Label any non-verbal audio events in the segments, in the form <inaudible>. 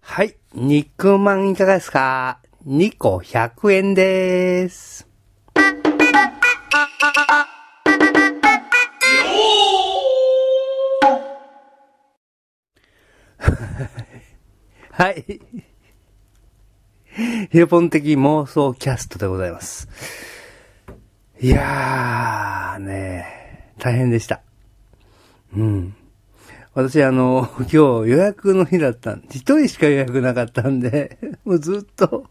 はい。肉まんいかがですか ?2 個100円でーす。 <laughs> はい。ヒロポン的妄想キャストでございます。いやー、ね大変でした。うん。私、あの、 <laughs> 今日予約の日だったん、一人しか予約なかったんで、 <laughs> もうずっと、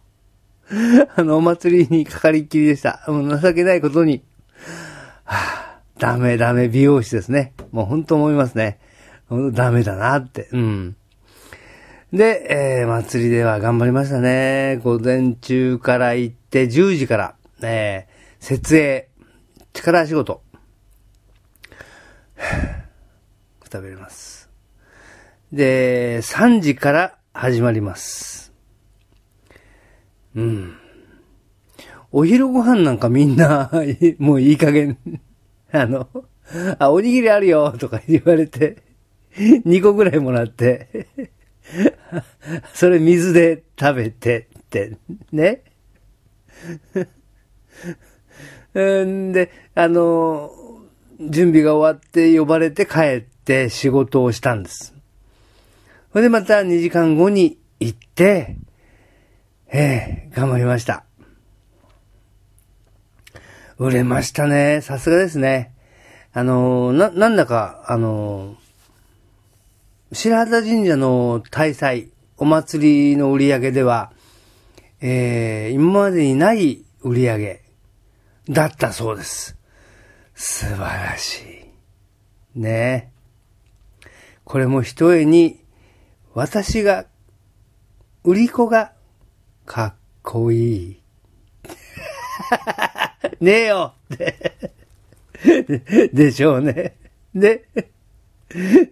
<laughs> あの、お祭りにかかりっきりでした。もう情けないことに、はあ、ダメダメ美容師ですね。もう本当思いますね。ほんとダメだなって、うん。で、えー、祭りでは頑張りましたね。午前中から行って、10時から、えー、設営、力仕事。くたびれます。で、3時から始まります。うん。お昼ご飯なんかみんな、もういい加減、あの、あ、おにぎりあるよとか言われて、2個ぐらいもらって、それ水で食べてって、ね。うんで、あの、準備が終わって呼ばれて帰って仕事をしたんです。それでまた2時間後に行って、ええ頑張りました。売れましたね。さすがですね。あの、な、なんだか、あの、白旗神社の大祭、お祭りの売り上げでは、えー、今までにない売り上げだったそうです。素晴らしい。ねえ。これも一重に、私が、売り子が、かっこいい。 <laughs> ねえよ <laughs> ででしょうね。で、で、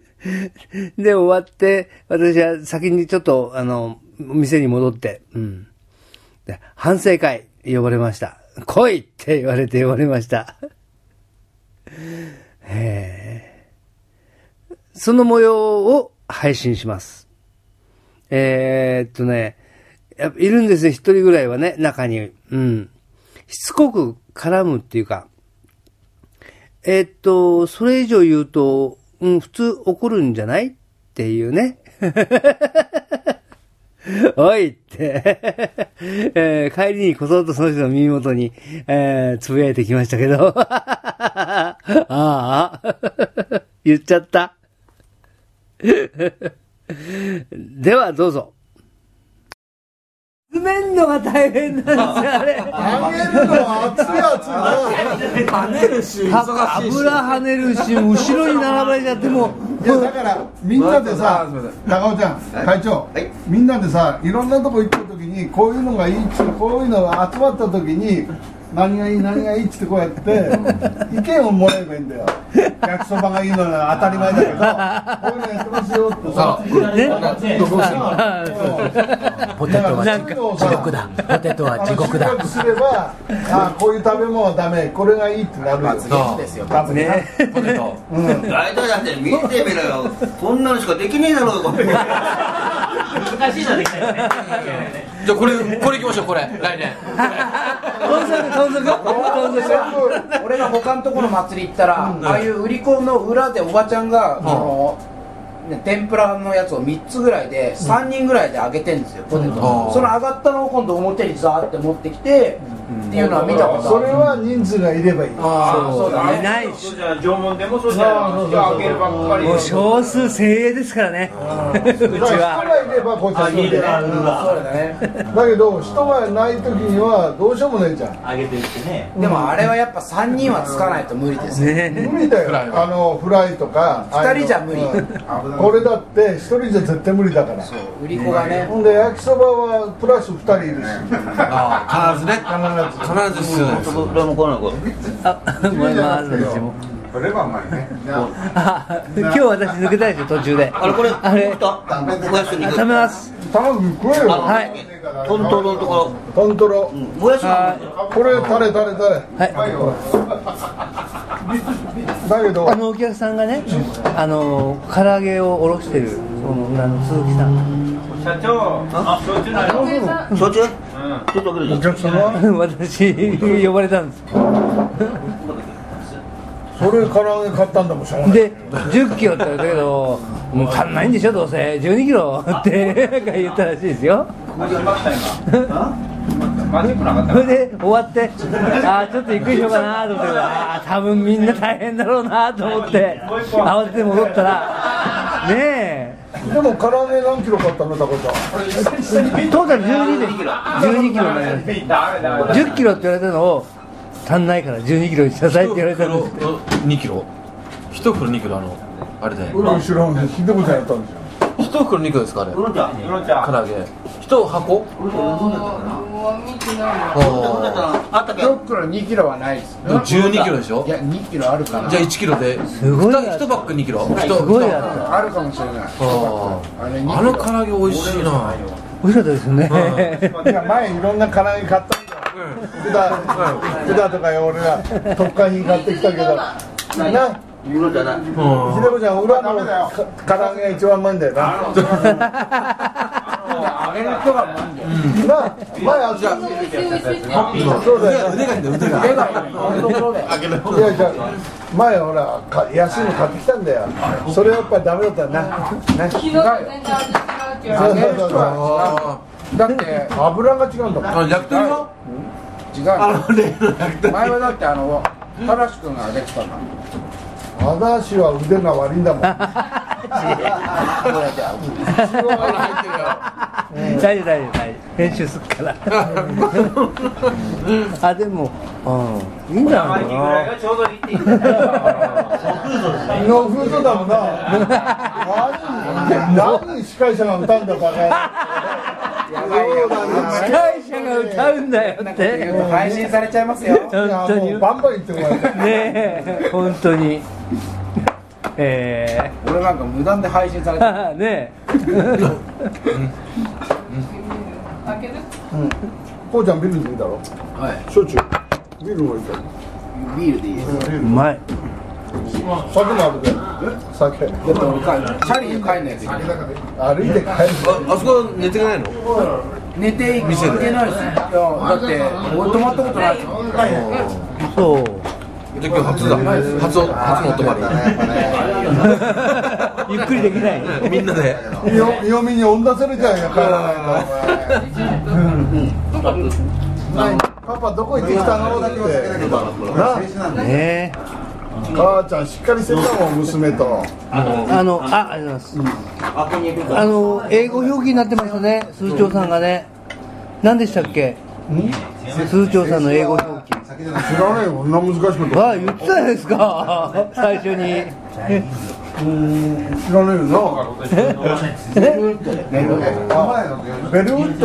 終わって、私は先にちょっと、あの、店に戻って、うん。で反省会、呼ばれました。来いって言われて呼ばれました。えーその模様を配信します。えーっとね、やっぱいるんですね、一人ぐらいはね、中に。うん。しつこく絡むっていうか。えーっと、それ以上言うと、うん、普通怒るんじゃないっていうね。 <laughs> おいって、えー帰りにこそっとその人の耳元に、えー、つぶやいてきましたけど。 <laughs> ああ、 <laughs> 言っちゃった。 <laughs> では、どうぞ。詰めんのが大変なんですよ、あ <laughs> れ。あげるのは熱い熱跳ねるし忙しいし油跳ねるし、後ろに並ばれちゃって、もう、いな。いやだからみんなでさすいませ、高尾ちゃん、会長、みんなでさ、いろんなとこ行った時にこういうのがいいっつってこういうのが集まった時に。何がいい何がいいっつってこうや <laughs> って意見をもらえばいいんだよ焼きそばがいいのは当たり前だけどこういうのやってますよってさポテトはなんか地獄だポテトは地獄だあの収穫すればあこういう食べ物はダメこれがいいってなるよポテト大体だって見てみろよこんなのしかできねえだろうこれじゃあこれこれいきましょうこれ来年盗賊、盗賊、盗賊。 <laughs> 俺が他のところの祭り行ったら、ああいう売り子の裏でおばちゃんが、あのね、天ぷらのやつを3つぐらいで3人ぐらいで揚げてんですよ、ポテトあーその揚がったのを今度表にザーって持ってきて、っていうのは見たことあるそれは人数がいればいいああそうだいねないし、じゃあ縄文でもそうじゃんあげるばっかりもう少数精鋭ですからね。うちだからは。人がいればこうやってするんだようんそうだねだけど人がない時にはどうしようもないじゃんあげてるってねでもあれはやっぱ3人はつかないと無理ですね <laughs> ね無理だフライよはあのフライとか二人じゃ無理うんこれだって一人じゃ絶対無理だから売り子がねほんで焼きそばはプラス二人いるしああ必ずね必ず必ず必要です僕らも来ないこあ、ごめんなさい、私も。それはうまいねあ今日私抜けたでしょ、途中で。あれこれあれ来たもやしに行く食べます。卵食えよはいトントロのところトントロもやしはがい。これタレタレタレはいだけどあのお客さんがね、あの唐揚げをおろしてる、そのあの鈴木さん、 <laughs> 社長、あ、焼酎のあります。焼酎うん。ちょっとお開ける客様私、呼ばれたんです。それ唐揚げ買ったんだもんしょうがないで、10キロって言われたけど、もう足んないんでしょ、どうせ。12キロって、なんか言ったらしいですよ。ここで決まった今。マジックなかったそれで終わって、ああ、ちょっとゆっくりしようかなと思って、ああ、多分みんな大変だろうなと思って、慌てて戻ったら、ねでも唐揚げ何キロ買ったのタコちゃんえ、トータル12で、12キロになりましダメダメた。10キロって言われたのを、足んないから12キロにしなさいって言われたんです。 2キロ1袋2キロあのあれで俺後ろにひでこちゃんやったんですよ1袋2キロですかあれウロンちゃんウロちゃん唐揚げ1箱ウロンちゃん飲んだったかな飲んだったあらあったっけ6キロ2キロはないですー12キロでしょいじゃや2キロあるかあな1キロですごいやつ1パック2キロすすごいやつあるかもしれないああれーあの唐揚げ美味しいな美味しかったですよね。いや前いろんな唐揚げ買ったんだよ管管とかよ俺ら特価品買ってきたけどなウロンちゃんなひでこちゃん裏のか唐揚げが一番うまいんだよなな揚げる人がなんだよ前あっちゃそうだよ腕がいいんだよ腕が手が <laughs> いい本当そうだよいやいや前ほらか安いの買ってきたんだよそれやっぱりダメだったなねそうそうそうそうあだって油が違うんだもんーあの焼き <laughs> 鳥の違うのあの例の焼き鳥前はだってあの原志君が揚げてたんだもん私は腕が悪いんだもんこうやって大丈夫、大丈夫、大丈夫。編集すっから。あ、でも、うん、いいんじゃないマジックぐらいかがちょうどいいって言ってた。ノフードだもんな何何司会者が歌うんだバやばいよな。司会者が歌うんだよっ言うて。と配信されちゃいますよ本カ当いやもにう。バンバン言ってもらえたねえ本当にえ俺なんか無断で配信されえてるー、 <laughs> ねこうちゃんビールでいいだろは焼酎ビールもいいだろいビールでいいですえうまい酒もあるで酒だって俺かチャリで帰んないといけない歩いて帰るああそこ寝てないの寝てい店でけないですねいやだって俺泊まったことないですもんそう <laughs> じゃあ今日初だ初お初のお泊まゆっくりできないりみんなでよ嫁に恩出せるじゃんやからないとお前パパどこ行ってきたのだってなねえ母ちゃんしっかりしてたもん娘とあのあありがとうございますあここに行くかあの英語表記になってましたね鈴長さんがね何でしたっけ鈴長さんの英語表記知らないよこんな難しいことああ言ってたじゃないですか <laughs> 最初に知らないよなベルウッド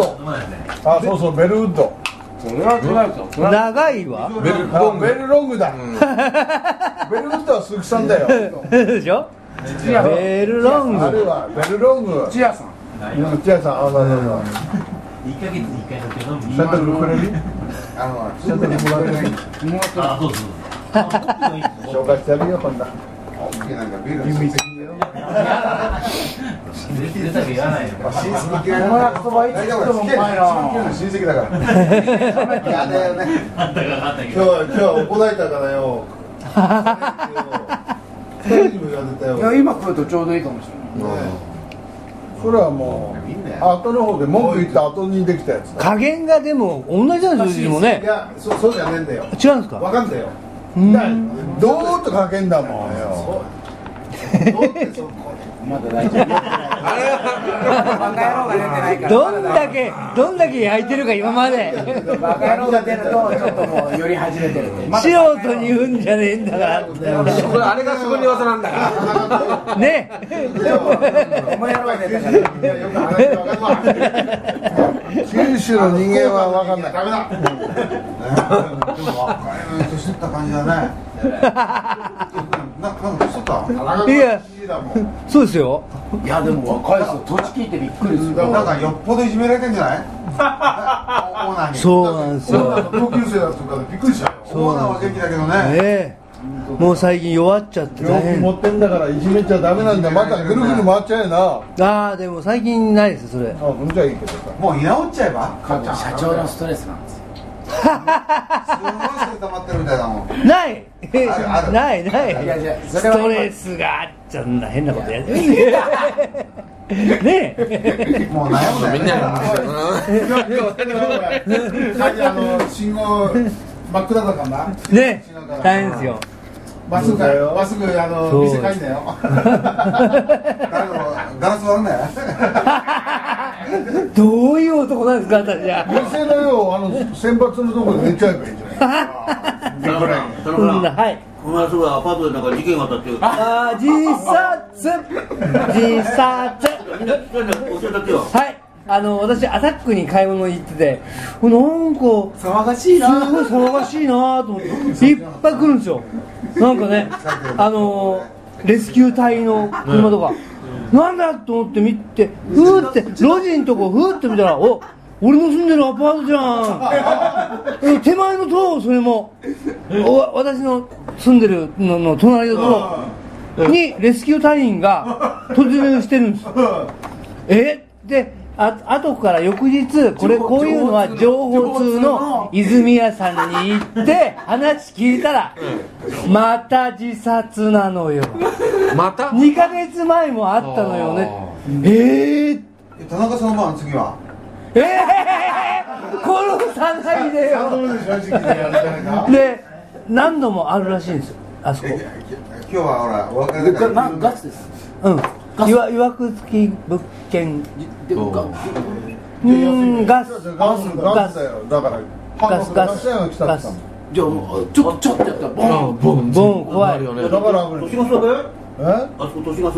あそうそうベルウッドそれは違うですよそれは長いわ <laughs> ベルあボンベルロングだベルウッドは鈴木さんだよでしょ土屋さんベルロンあれグはベルロング土屋さんうん千谷さんあそうそうそう洗濯くれるあの洗濯もらえる妹の紹介してやるよこんな友達とばいつ来てもうまいな親戚だからやだよね今日は今日は怒られたからよ二人にも言われたよいや今食うとちょうどいいかもしれないそれはもう後の方で文句言った後にできたやつだ加減がでも同じなんですよ数字もねいや、そそうじゃねえんだよ。違うんですわかかんだよ。うんどうとかけんだもんよまだ大丈夫バカ野郎が出てないからどんだけどんだけ焼いてるか今までバカ野郎が出るとちょっともう寄り始めてるま <laughs> 素だ人に言うんじゃねえんだからこれあれがそこに噂なんだからねお前野郎が出たからいや、よく話がわかんない。九州の人間はわかんないダメだ。年取った感じだねななんか年取った田中いや君だもん。そうですよいやでも若い人年聞いてびっくりするなんかよっぽどいじめられてんじゃない。オーナーに。そうなんですよオーナーの同級生だとかでびっくりしたよ。オーナーは元気だけどね。ねえもう最近弱っちゃって病大気変持ってんだからいじめちゃダメなんだまたぐるぐる回っちゃえなあああでも最近ないですそれほんじゃいいけどさもう居直っちゃえば母ちゃん社長のストレスなんですよすごいストレス溜まってるみたいだもんないあるないないいやいやそスれはトレスがあっちゃんな変なことやってるねえもう悩むみんねなではいあの信号真っ暗だからなねえ大変ですよまっすぐ帰まっすぐあのそう店帰んだよガラス割るなよどういう男なんですか私は店のよあの選抜のとこで寝ちゃえばいいんじゃない田中さん田中そさんなんはいこの間すぐアパートでなんか事件があったっていうあー自殺自殺みんな聞かないで教えたってよはいあの私アタックに買い物行っててなんか騒がしいなすごい騒がしいなと思っていっぱい来るんですよなんかねあのーレスキュー隊の車とか、なんだと思って見てふーって路地のとこふーって見たらお俺の住んでるアパートじゃんうん手前の塔それもお私の住んでるのの隣の塔にレスキュー隊員が突入してるんですえであ後から翌日これこういうのは情報通の泉谷さんに行って話聞いたらまた自殺なのよまた2ヶ月前もあったのよねえー、田中さんの番次はええー、殺さないでよ正直にやるんじゃないかで何度もあるらしいんですよあそこ今日はほらお別れだからなガスですうんいわいわくつき物件でがうーんガスガスガスだよだからガスガスが来たガっスてじゃあもうちょっとちょっとやったらボンボンボン怖いなるよねだから都市ガスだべえあそこ都市ガス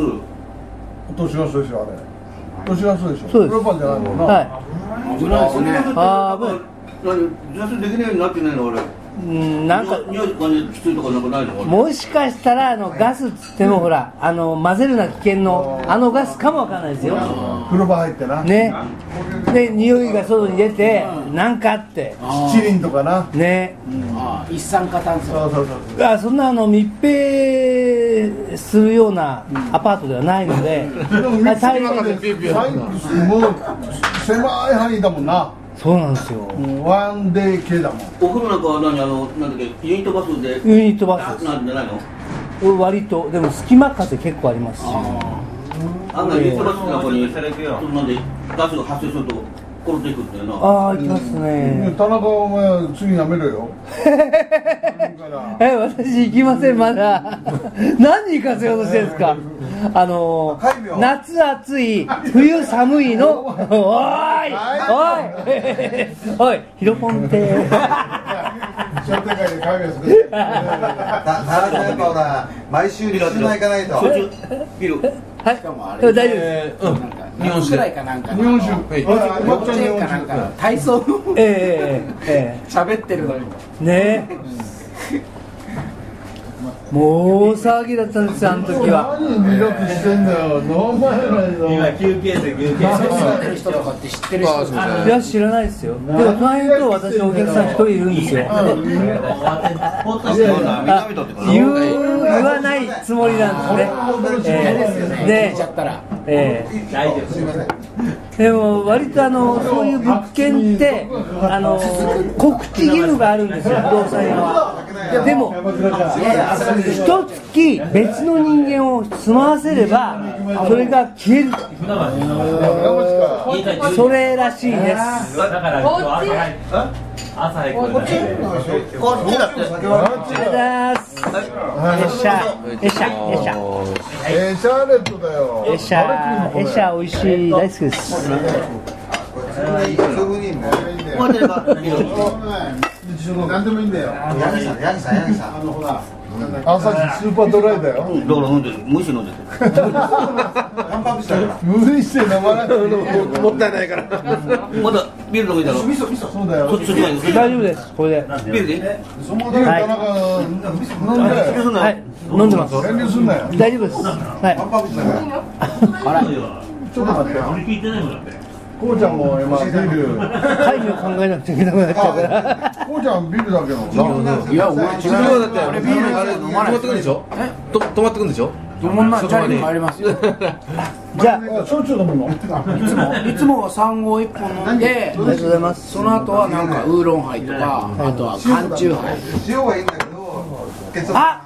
年がそうでしょあれ年がそうでしょそうですプロパンじゃないもんな、は危ないですねあー何自殺できないようになってないの俺いうんなんか匂いとかねきついとかなんかないの俺もしかしたらあのガスっつってもほらあの混ぜるな危険のあのガスかもわかんないですよ風呂場入ってな、ねで匂いが外に出てなんかあって七輪とかなねあー一酸化炭素そうそうそうあそんなあの密閉するようなアパートではないのででも密室大の変中でですピューピューサイクスもう狭い範囲だもんなそうなんですようんワンデー系だもんお風呂なんかは何あのなんだっけユニットバスでユニットバスあでなんじゃないのす割とでも隙間風結構ありますしあんなユニットバスの中にそれ行くよそんなんでガスが発生すると転っていくんだよなああ行きますね田中お前次やめろよだからえ私行きませんま <laughs> だ何行かせようとしてるんですかあの海名ー、夏暑い冬寒いのおーいおいおいヒロポン <laughs> って商店街で会議する田中さんやっぱほら毎週西島行かないとそっちビールはいしかもあれでも大丈夫ですえーうんなんか日本ぐ酒らいでかなんか日本酒酒はほいら幼まっち稚ゃん園日かな本ん酒かの体操のえええええ喋ってるのにえねえもう大騒ぎだったんですよあの時は何魅力してんだよ飲まないの今休憩室休憩そう住んで室る人とかって知ってるあー人すいませんいや知らないですよでも隣のと私のお客さん一人いるんですよほっといしてやいもやな南とってかな言う言わないつもりなんですね嫌えですよねね聞いちゃったらえええ大丈夫すいませんでも割とあのそういう物件ってあの告知義務があるんですよ不動産屋はでも一月別の人間を住まわせればそれが消えるそれらしいですだから今日朝早く朝早くこっちだっありがとうてございますよっしゃよっしゃよっしゃよエシャーレットだよっしゃよっしゃ美味しい大好きですすぐにもういいんだよ待ってれば何が何でもいいんだよヤギさんヤギさんヤギさん朝日スーパードライだよだから飲んでる無視飲んでる乾杯したから無理して飲まないのもったいないからまだビール飲みだろそそうだよっちそっち前に大丈夫ですこれでビールで田中飲んだよそんなはい飲んでます遠慮すんなよ大丈夫ですはい乾杯したからあらちょっと待って俺聞いてないもんだってこうちゃんも今ビール会議を考えなくちゃいけなくなっちゃうから。こうちゃんビールだけどないや、俺違う。今日だって、あれ、俺ビビーールル、ああれれ、飲止ままないってくるでしょと止まってくるでしょそんなチそャこリにに帰りますよ。じいゃ焼酎飲むのつも、いつもは三合一本飲あ、あんで、りがとうございます。その後はなんかウーロンハイとか、あとは缶チューハイ。塩はいいんだけど結あ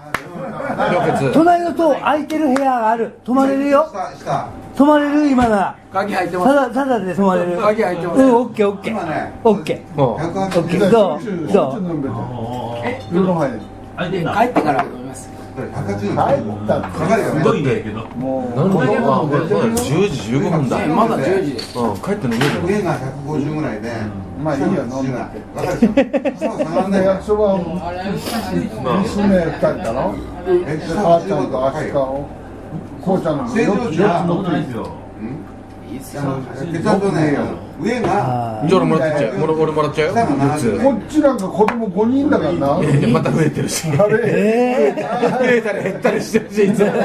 隣の棟空いてる部屋がある。泊まれるよ。下下泊まれる今なら。鍵入ってたまだ、ただで泊まれる。うん、オ鍵開いてます。ッケーオッケ今ー。ねオッケー。オッケ180ー。どうどう飲んでてウーロンハイです帰ってから飲みます。帰ったかかるよねいんだけどもなんだよ、まだ10時15分だ。ねまだ10時です。うん、帰って飲める上が150ぐらいでうまあいいよ飲んでわかるでしょ下があんんなないから役所場娘2人だろえっとあーちゃんとあしかをこうちゃんの正常値は乗ってすよあの血圧をね上があじゃあ俺もらってっちゃう。俺俺もらっちゃうよ。4つ。こっちなんか子供5人だからなあいやまた増えてるし。増れえええたり減ったりしてるし、いつそも。れ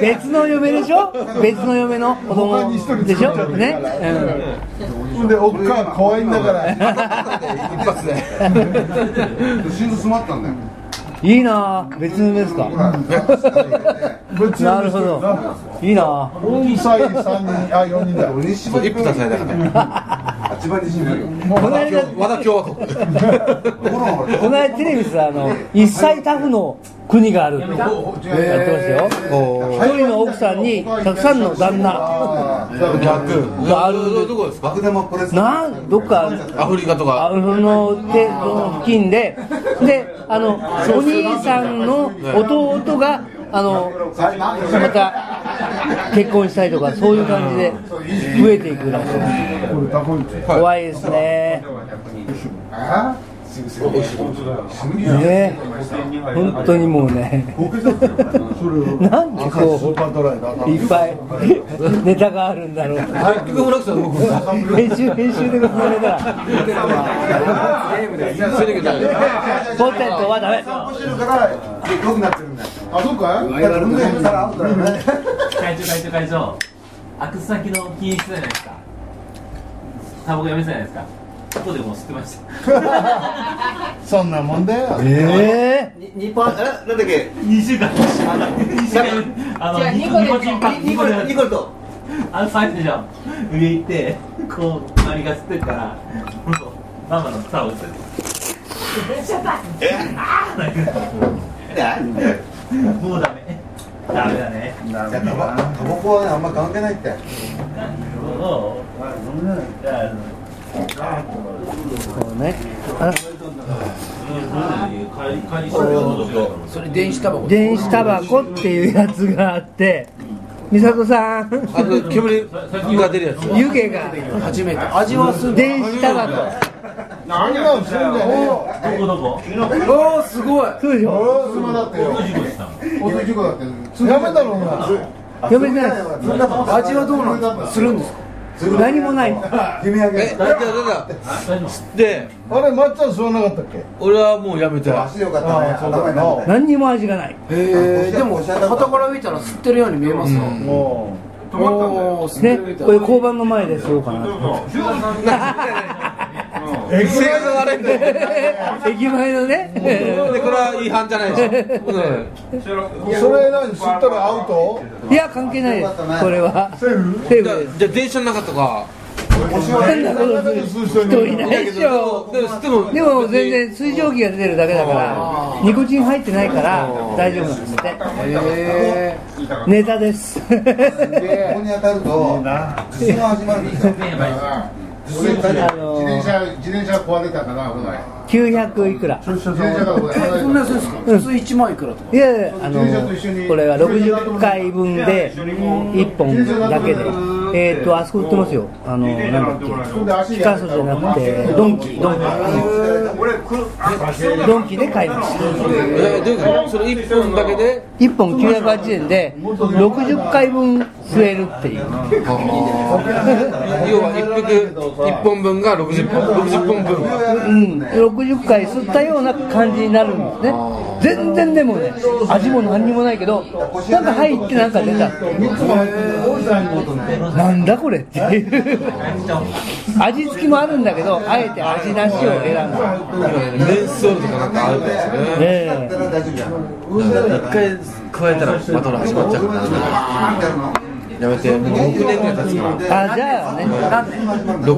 別の嫁でしょ別の嫁の子他に一人供でしょ作っちゃってねるから、うんほんでおっかん怖いんだから一発で。心臓詰まったんだよいいなぁ別の嫁ですほから下ぶちなのるほめしてどな。いいな4歳3人あ4人だよ西一歩足されたから。八番にしないよもうこの間、こ和田共和国。ほらほらの間テレビさ、あの、一切タフの国があるってやってましたよ。お一人の奥さんに、たくさんの旦那。あー逆。ガーどどこですか爆弾もこれなん、どっか、アフリカとあか。その、で、その付近で、で、あの、お兄さんの弟が、あの、また、結婚したりとか、そういう感じで、増えていくらしいです。これダコイチ怖いですね。あね本当にもうね、ーそれをなんでこスーう、パードライだないっぱい <laughs> ネタがあるんだろう。結局、村木さん動くんだ。編集編集でこのネタ。そういう時だポテトはダメ。してるからで良くなってるんだよあそうかいだから運転したらアウトだよね会長会長会長アク先の禁止じゃないですかタバコやめてたじゃないですかここでもう吸ってました <laughs> そんなもんだよえに二パーえなんだっけ2週間2週間あのニコニコチンパンニコルニコルとあの最初じゃん上行ってこう周りが吸ってるから本当ママの草を吸ってもうなんだよダメダメだねいやタバタバコはねあんま関係ないってもうじゃあえそうね。あそれ電子タバコ。電子タバコっていうやつがあって、美里さん、あの、煙が出るやつ。湯気が初めて。味はする。電子タバあんなのすんじゃねえよどこどこおお、すごい。コ。そうでしょ。お妻だってよ事故したのおと事故だってやめだろうなやめてないです。そんなバ味はどうなんですか。するんですか。何もない。君あげえ、だってだって大丈夫で、あれまっちゃん吸わなかったっけ俺はもうやめて。足よかったねあそうだよ頭なになって何にも味がない。へえ、でも、傍から見たら、吸ってるように見えますよ。もおお、吸ってねるみ、たい。これ交番の前で吸おうかなと。え、性格悪いんだよ。駅前のね。で、これは違反じゃないでしょ。うん。うそれ何吸ったらアウトいや関係ないです。これはセーフセーじゃあフです。じゃあ電車の中とか変なことする人いないでしょ。でもでもでも全然水蒸気が出てるだけだからニコチン入ってないから大丈夫なんですってへネタです <laughs> ここに当たると頭痛が始まるんですよあの自転車壊れたから危ない900いくら自転車が危え。そんな安いんですか。普通一万いくらとか。いやいやあのこれは60回分で1本だけでえっとあそこ売ってますよあのなんだっけピカソじゃなくてドンキドンキ俺、くる、あドンキで買いましたえどういうことその一本だけで1本980円で60回分吸えるっていう要は一匹一本分が60本60本分うん、60回吸ったような感じになるんですね全然でもね味も何にもないけどなんか入ってなんか出たなんだこれっていう味付きもあるんだけどあえて味なしを選んだ、ねメンソールとかなんかあるんですよねえ一回加えたらまた始まっちゃうからやめてもう6年ぐらい経つかなあじゃあね6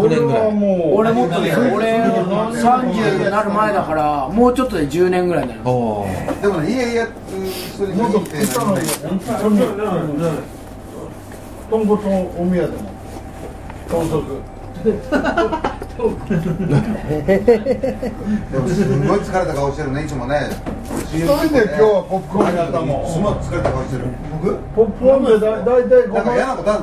年ぐらい俺もっとね俺30になる前だからもうちょっとで10年ぐらいになるおおでもね、いやいや、それもっと食ったのに、本当に、豚骨のおみやでも、豚足。でもすごい疲れた顔してるねいつもね一一人で今日はポップコーンやったもん。すごい疲れた顔してる僕ポップコーンでだ大体ごなんか嫌な飯ことある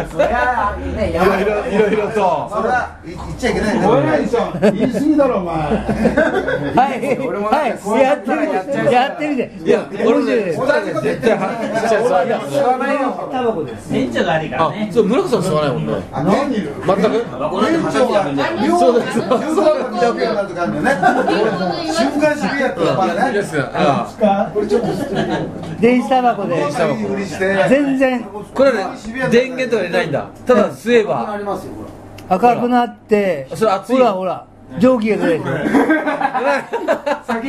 のそりゃあねやばいいろいろとそれはい言っちゃいけないねお偉いじゃん言い過ぎだろお前はいはいやってみてやってみていや面白いです絶対は知らないよタバコです店長が悪いからねあそう村子さん吸わないもんねあ何いる全く俺の話になるんじゃないそうですそう週間見たくなるとかあるよね週刊渋谷とかまだねですあ電子タバコであいいふりして全然これはね電源とか入れないんだただ吸えばありますよほら赤くなってそれ熱いほらほら蒸気が出る先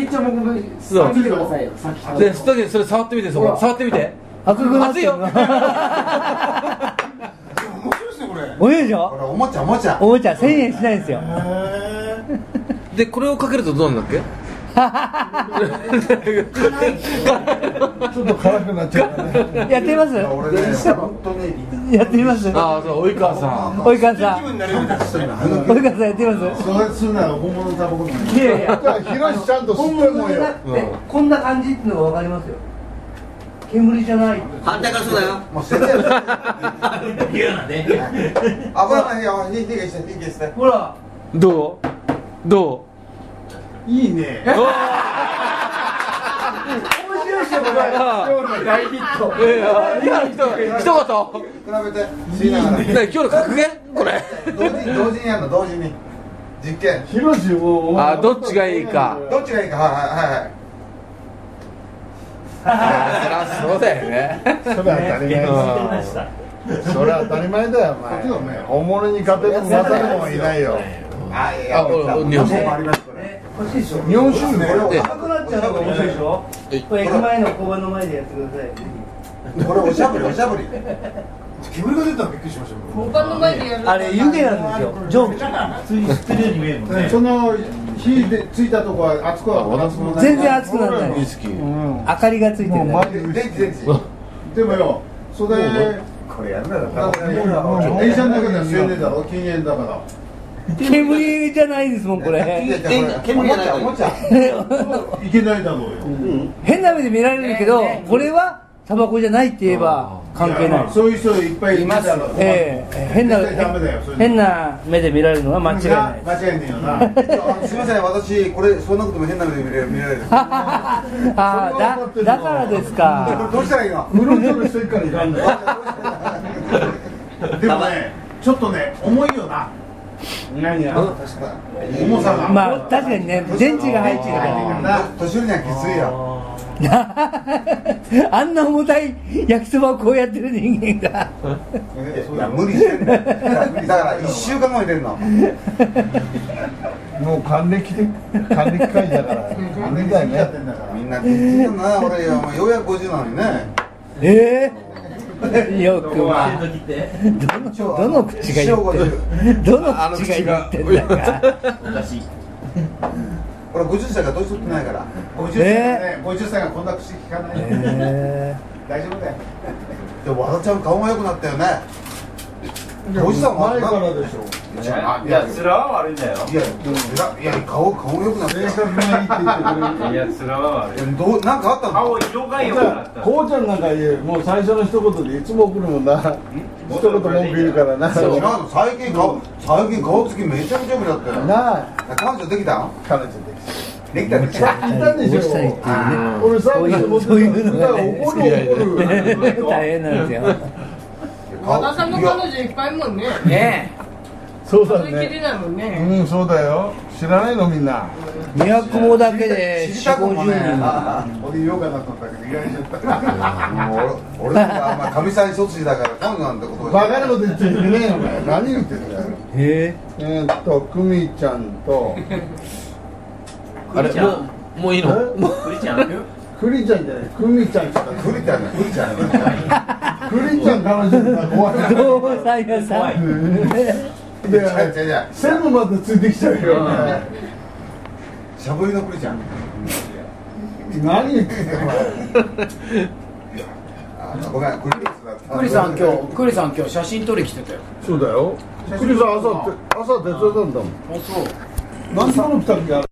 っちょもごめんそう見てくださいよ先っちょで吸った時にそれ触ってみてそこ触ってみて赤くなっ熱いてるよおいでしほょらおもちゃおもちゃおもちゃ1000円しないんですよでこれをかけるとどうなるんだっちょっと辛くなっちゃうからねやってみます俺ね本当にやってみますけああそう及川さんおいかんさんあおいかんさんやのってみますそれするなら本物のタバコ飲むいやいやじゃあひろしちゃんと吸ってもんようんこんな感じっていうのが分かりますよ煙じゃない反対からそうだよもう捨ててよ言うなね危ないよ逃げして逃げしてほらどうどいいねうあ面白いですよこれあ今日の大ヒットいやいや今の人一言比べて吸いながらね今日の格言これ同時同時にやるの同時に実験ひろしをあどっちがいいかどっちがいいかはいはいはいはいああそりゃそうだよねそれ当たり前だよそれ当たり前だよお前本物に勝てるも勝てるもいないよあいあ俺俺日本酒もありますこれ欲しいでしょ日本酒ねこれおしゃ赤くなっちゃうのが面白いでしょはいこれ駅前の交番の前でやってくださいこれおしゃぶりおしゃぶり煙が出たらびっくりしましたよ他の前でやるあれ湯気なんですよ蒸気普通に吸ってるように見えるもんねその火でついたとこは熱くは熱くもない全然熱くならないウイスキーうん明かりがついてもうるだけ待って電池電池でもよそれこれやるならだからね電車の中では吸えねえだろ禁煙だから煙じゃないですもんこれ煙じゃないおもちゃいけないだろうよ変な目で見られるけどこれはタバコじゃないって言えば関係ないそういう人いっぱいいますだろええ変な絶対ダメだよそれ変な目で見られるのは間違いないです間違いねえよな <laughs> すみません私これそんなことも変なので見れる見られるこああだだからですかれどうしたらいいの無論取る人いっからいかんだよでもねちょっとね重いよな何や重さがまあ確かにね電池が入ってるか年寄りにはきついよらあんな重たい焼きそばをこうやってる人間がいや無理してんだよだから一週間後に出るのもう還暦で還暦会だから還暦だよねみんなびっくりだな俺よもうようやく50なのにねええよくまあ吸ってる時ってどの口が言ってるどの口が言ってんだかおかしい俺50歳から年取ってないから50歳ね50歳がこんな口聞かないえ大丈夫だよでも和田ちゃん顔が良くなったよねえおじさん前からでしょいや、いや、面は悪いんだよ。いや、でも、いや、顔、顔良くなったよ。性格がいいって言ってくれるいや、面は悪い。どうなんかあったの顔、色が良くなった。こうちゃんなんか言うもう最初の一言でいつも怒るもんな一言文句言うからなそうななあの最近顔最近顔つきめちゃくちゃ良くなったよ。な彼女できたの彼女できたできさっき言ったでしょしたりっていうね俺さっき思ってたそういうのがね怒る怒る大変なんですよ和田さんの彼女いっぱいいるもんねねそうだそれきねりだもんねうんそうだよ知らないのみんな <laughs> 宮古もだけで4 5 0人俺言おうかなと思ったけど、意外にちゃった。もう俺、俺とか、まあ、かみさん卒業だから、彼女なんてことバカなこと言っちゃいけねえよお前何言ってんだよへえーっと久美ちゃんとあれもうもういいのもうクリちゃんクリちゃんじゃない久美ちゃんって言ったクリちゃんだ、クリちゃんだ。クリちゃん彼女だから怖いえどうもさんやさんいや、違う違う違う。専務までついてきちゃうよしゃぶりのクリちゃん。何言ってんだよお前あごめん、クリリスだった。クリさん今日クリさん今日写真撮り来てたよそうだよ。クリさん朝って朝手伝ったんだもん。あそう何頼むたっけあれ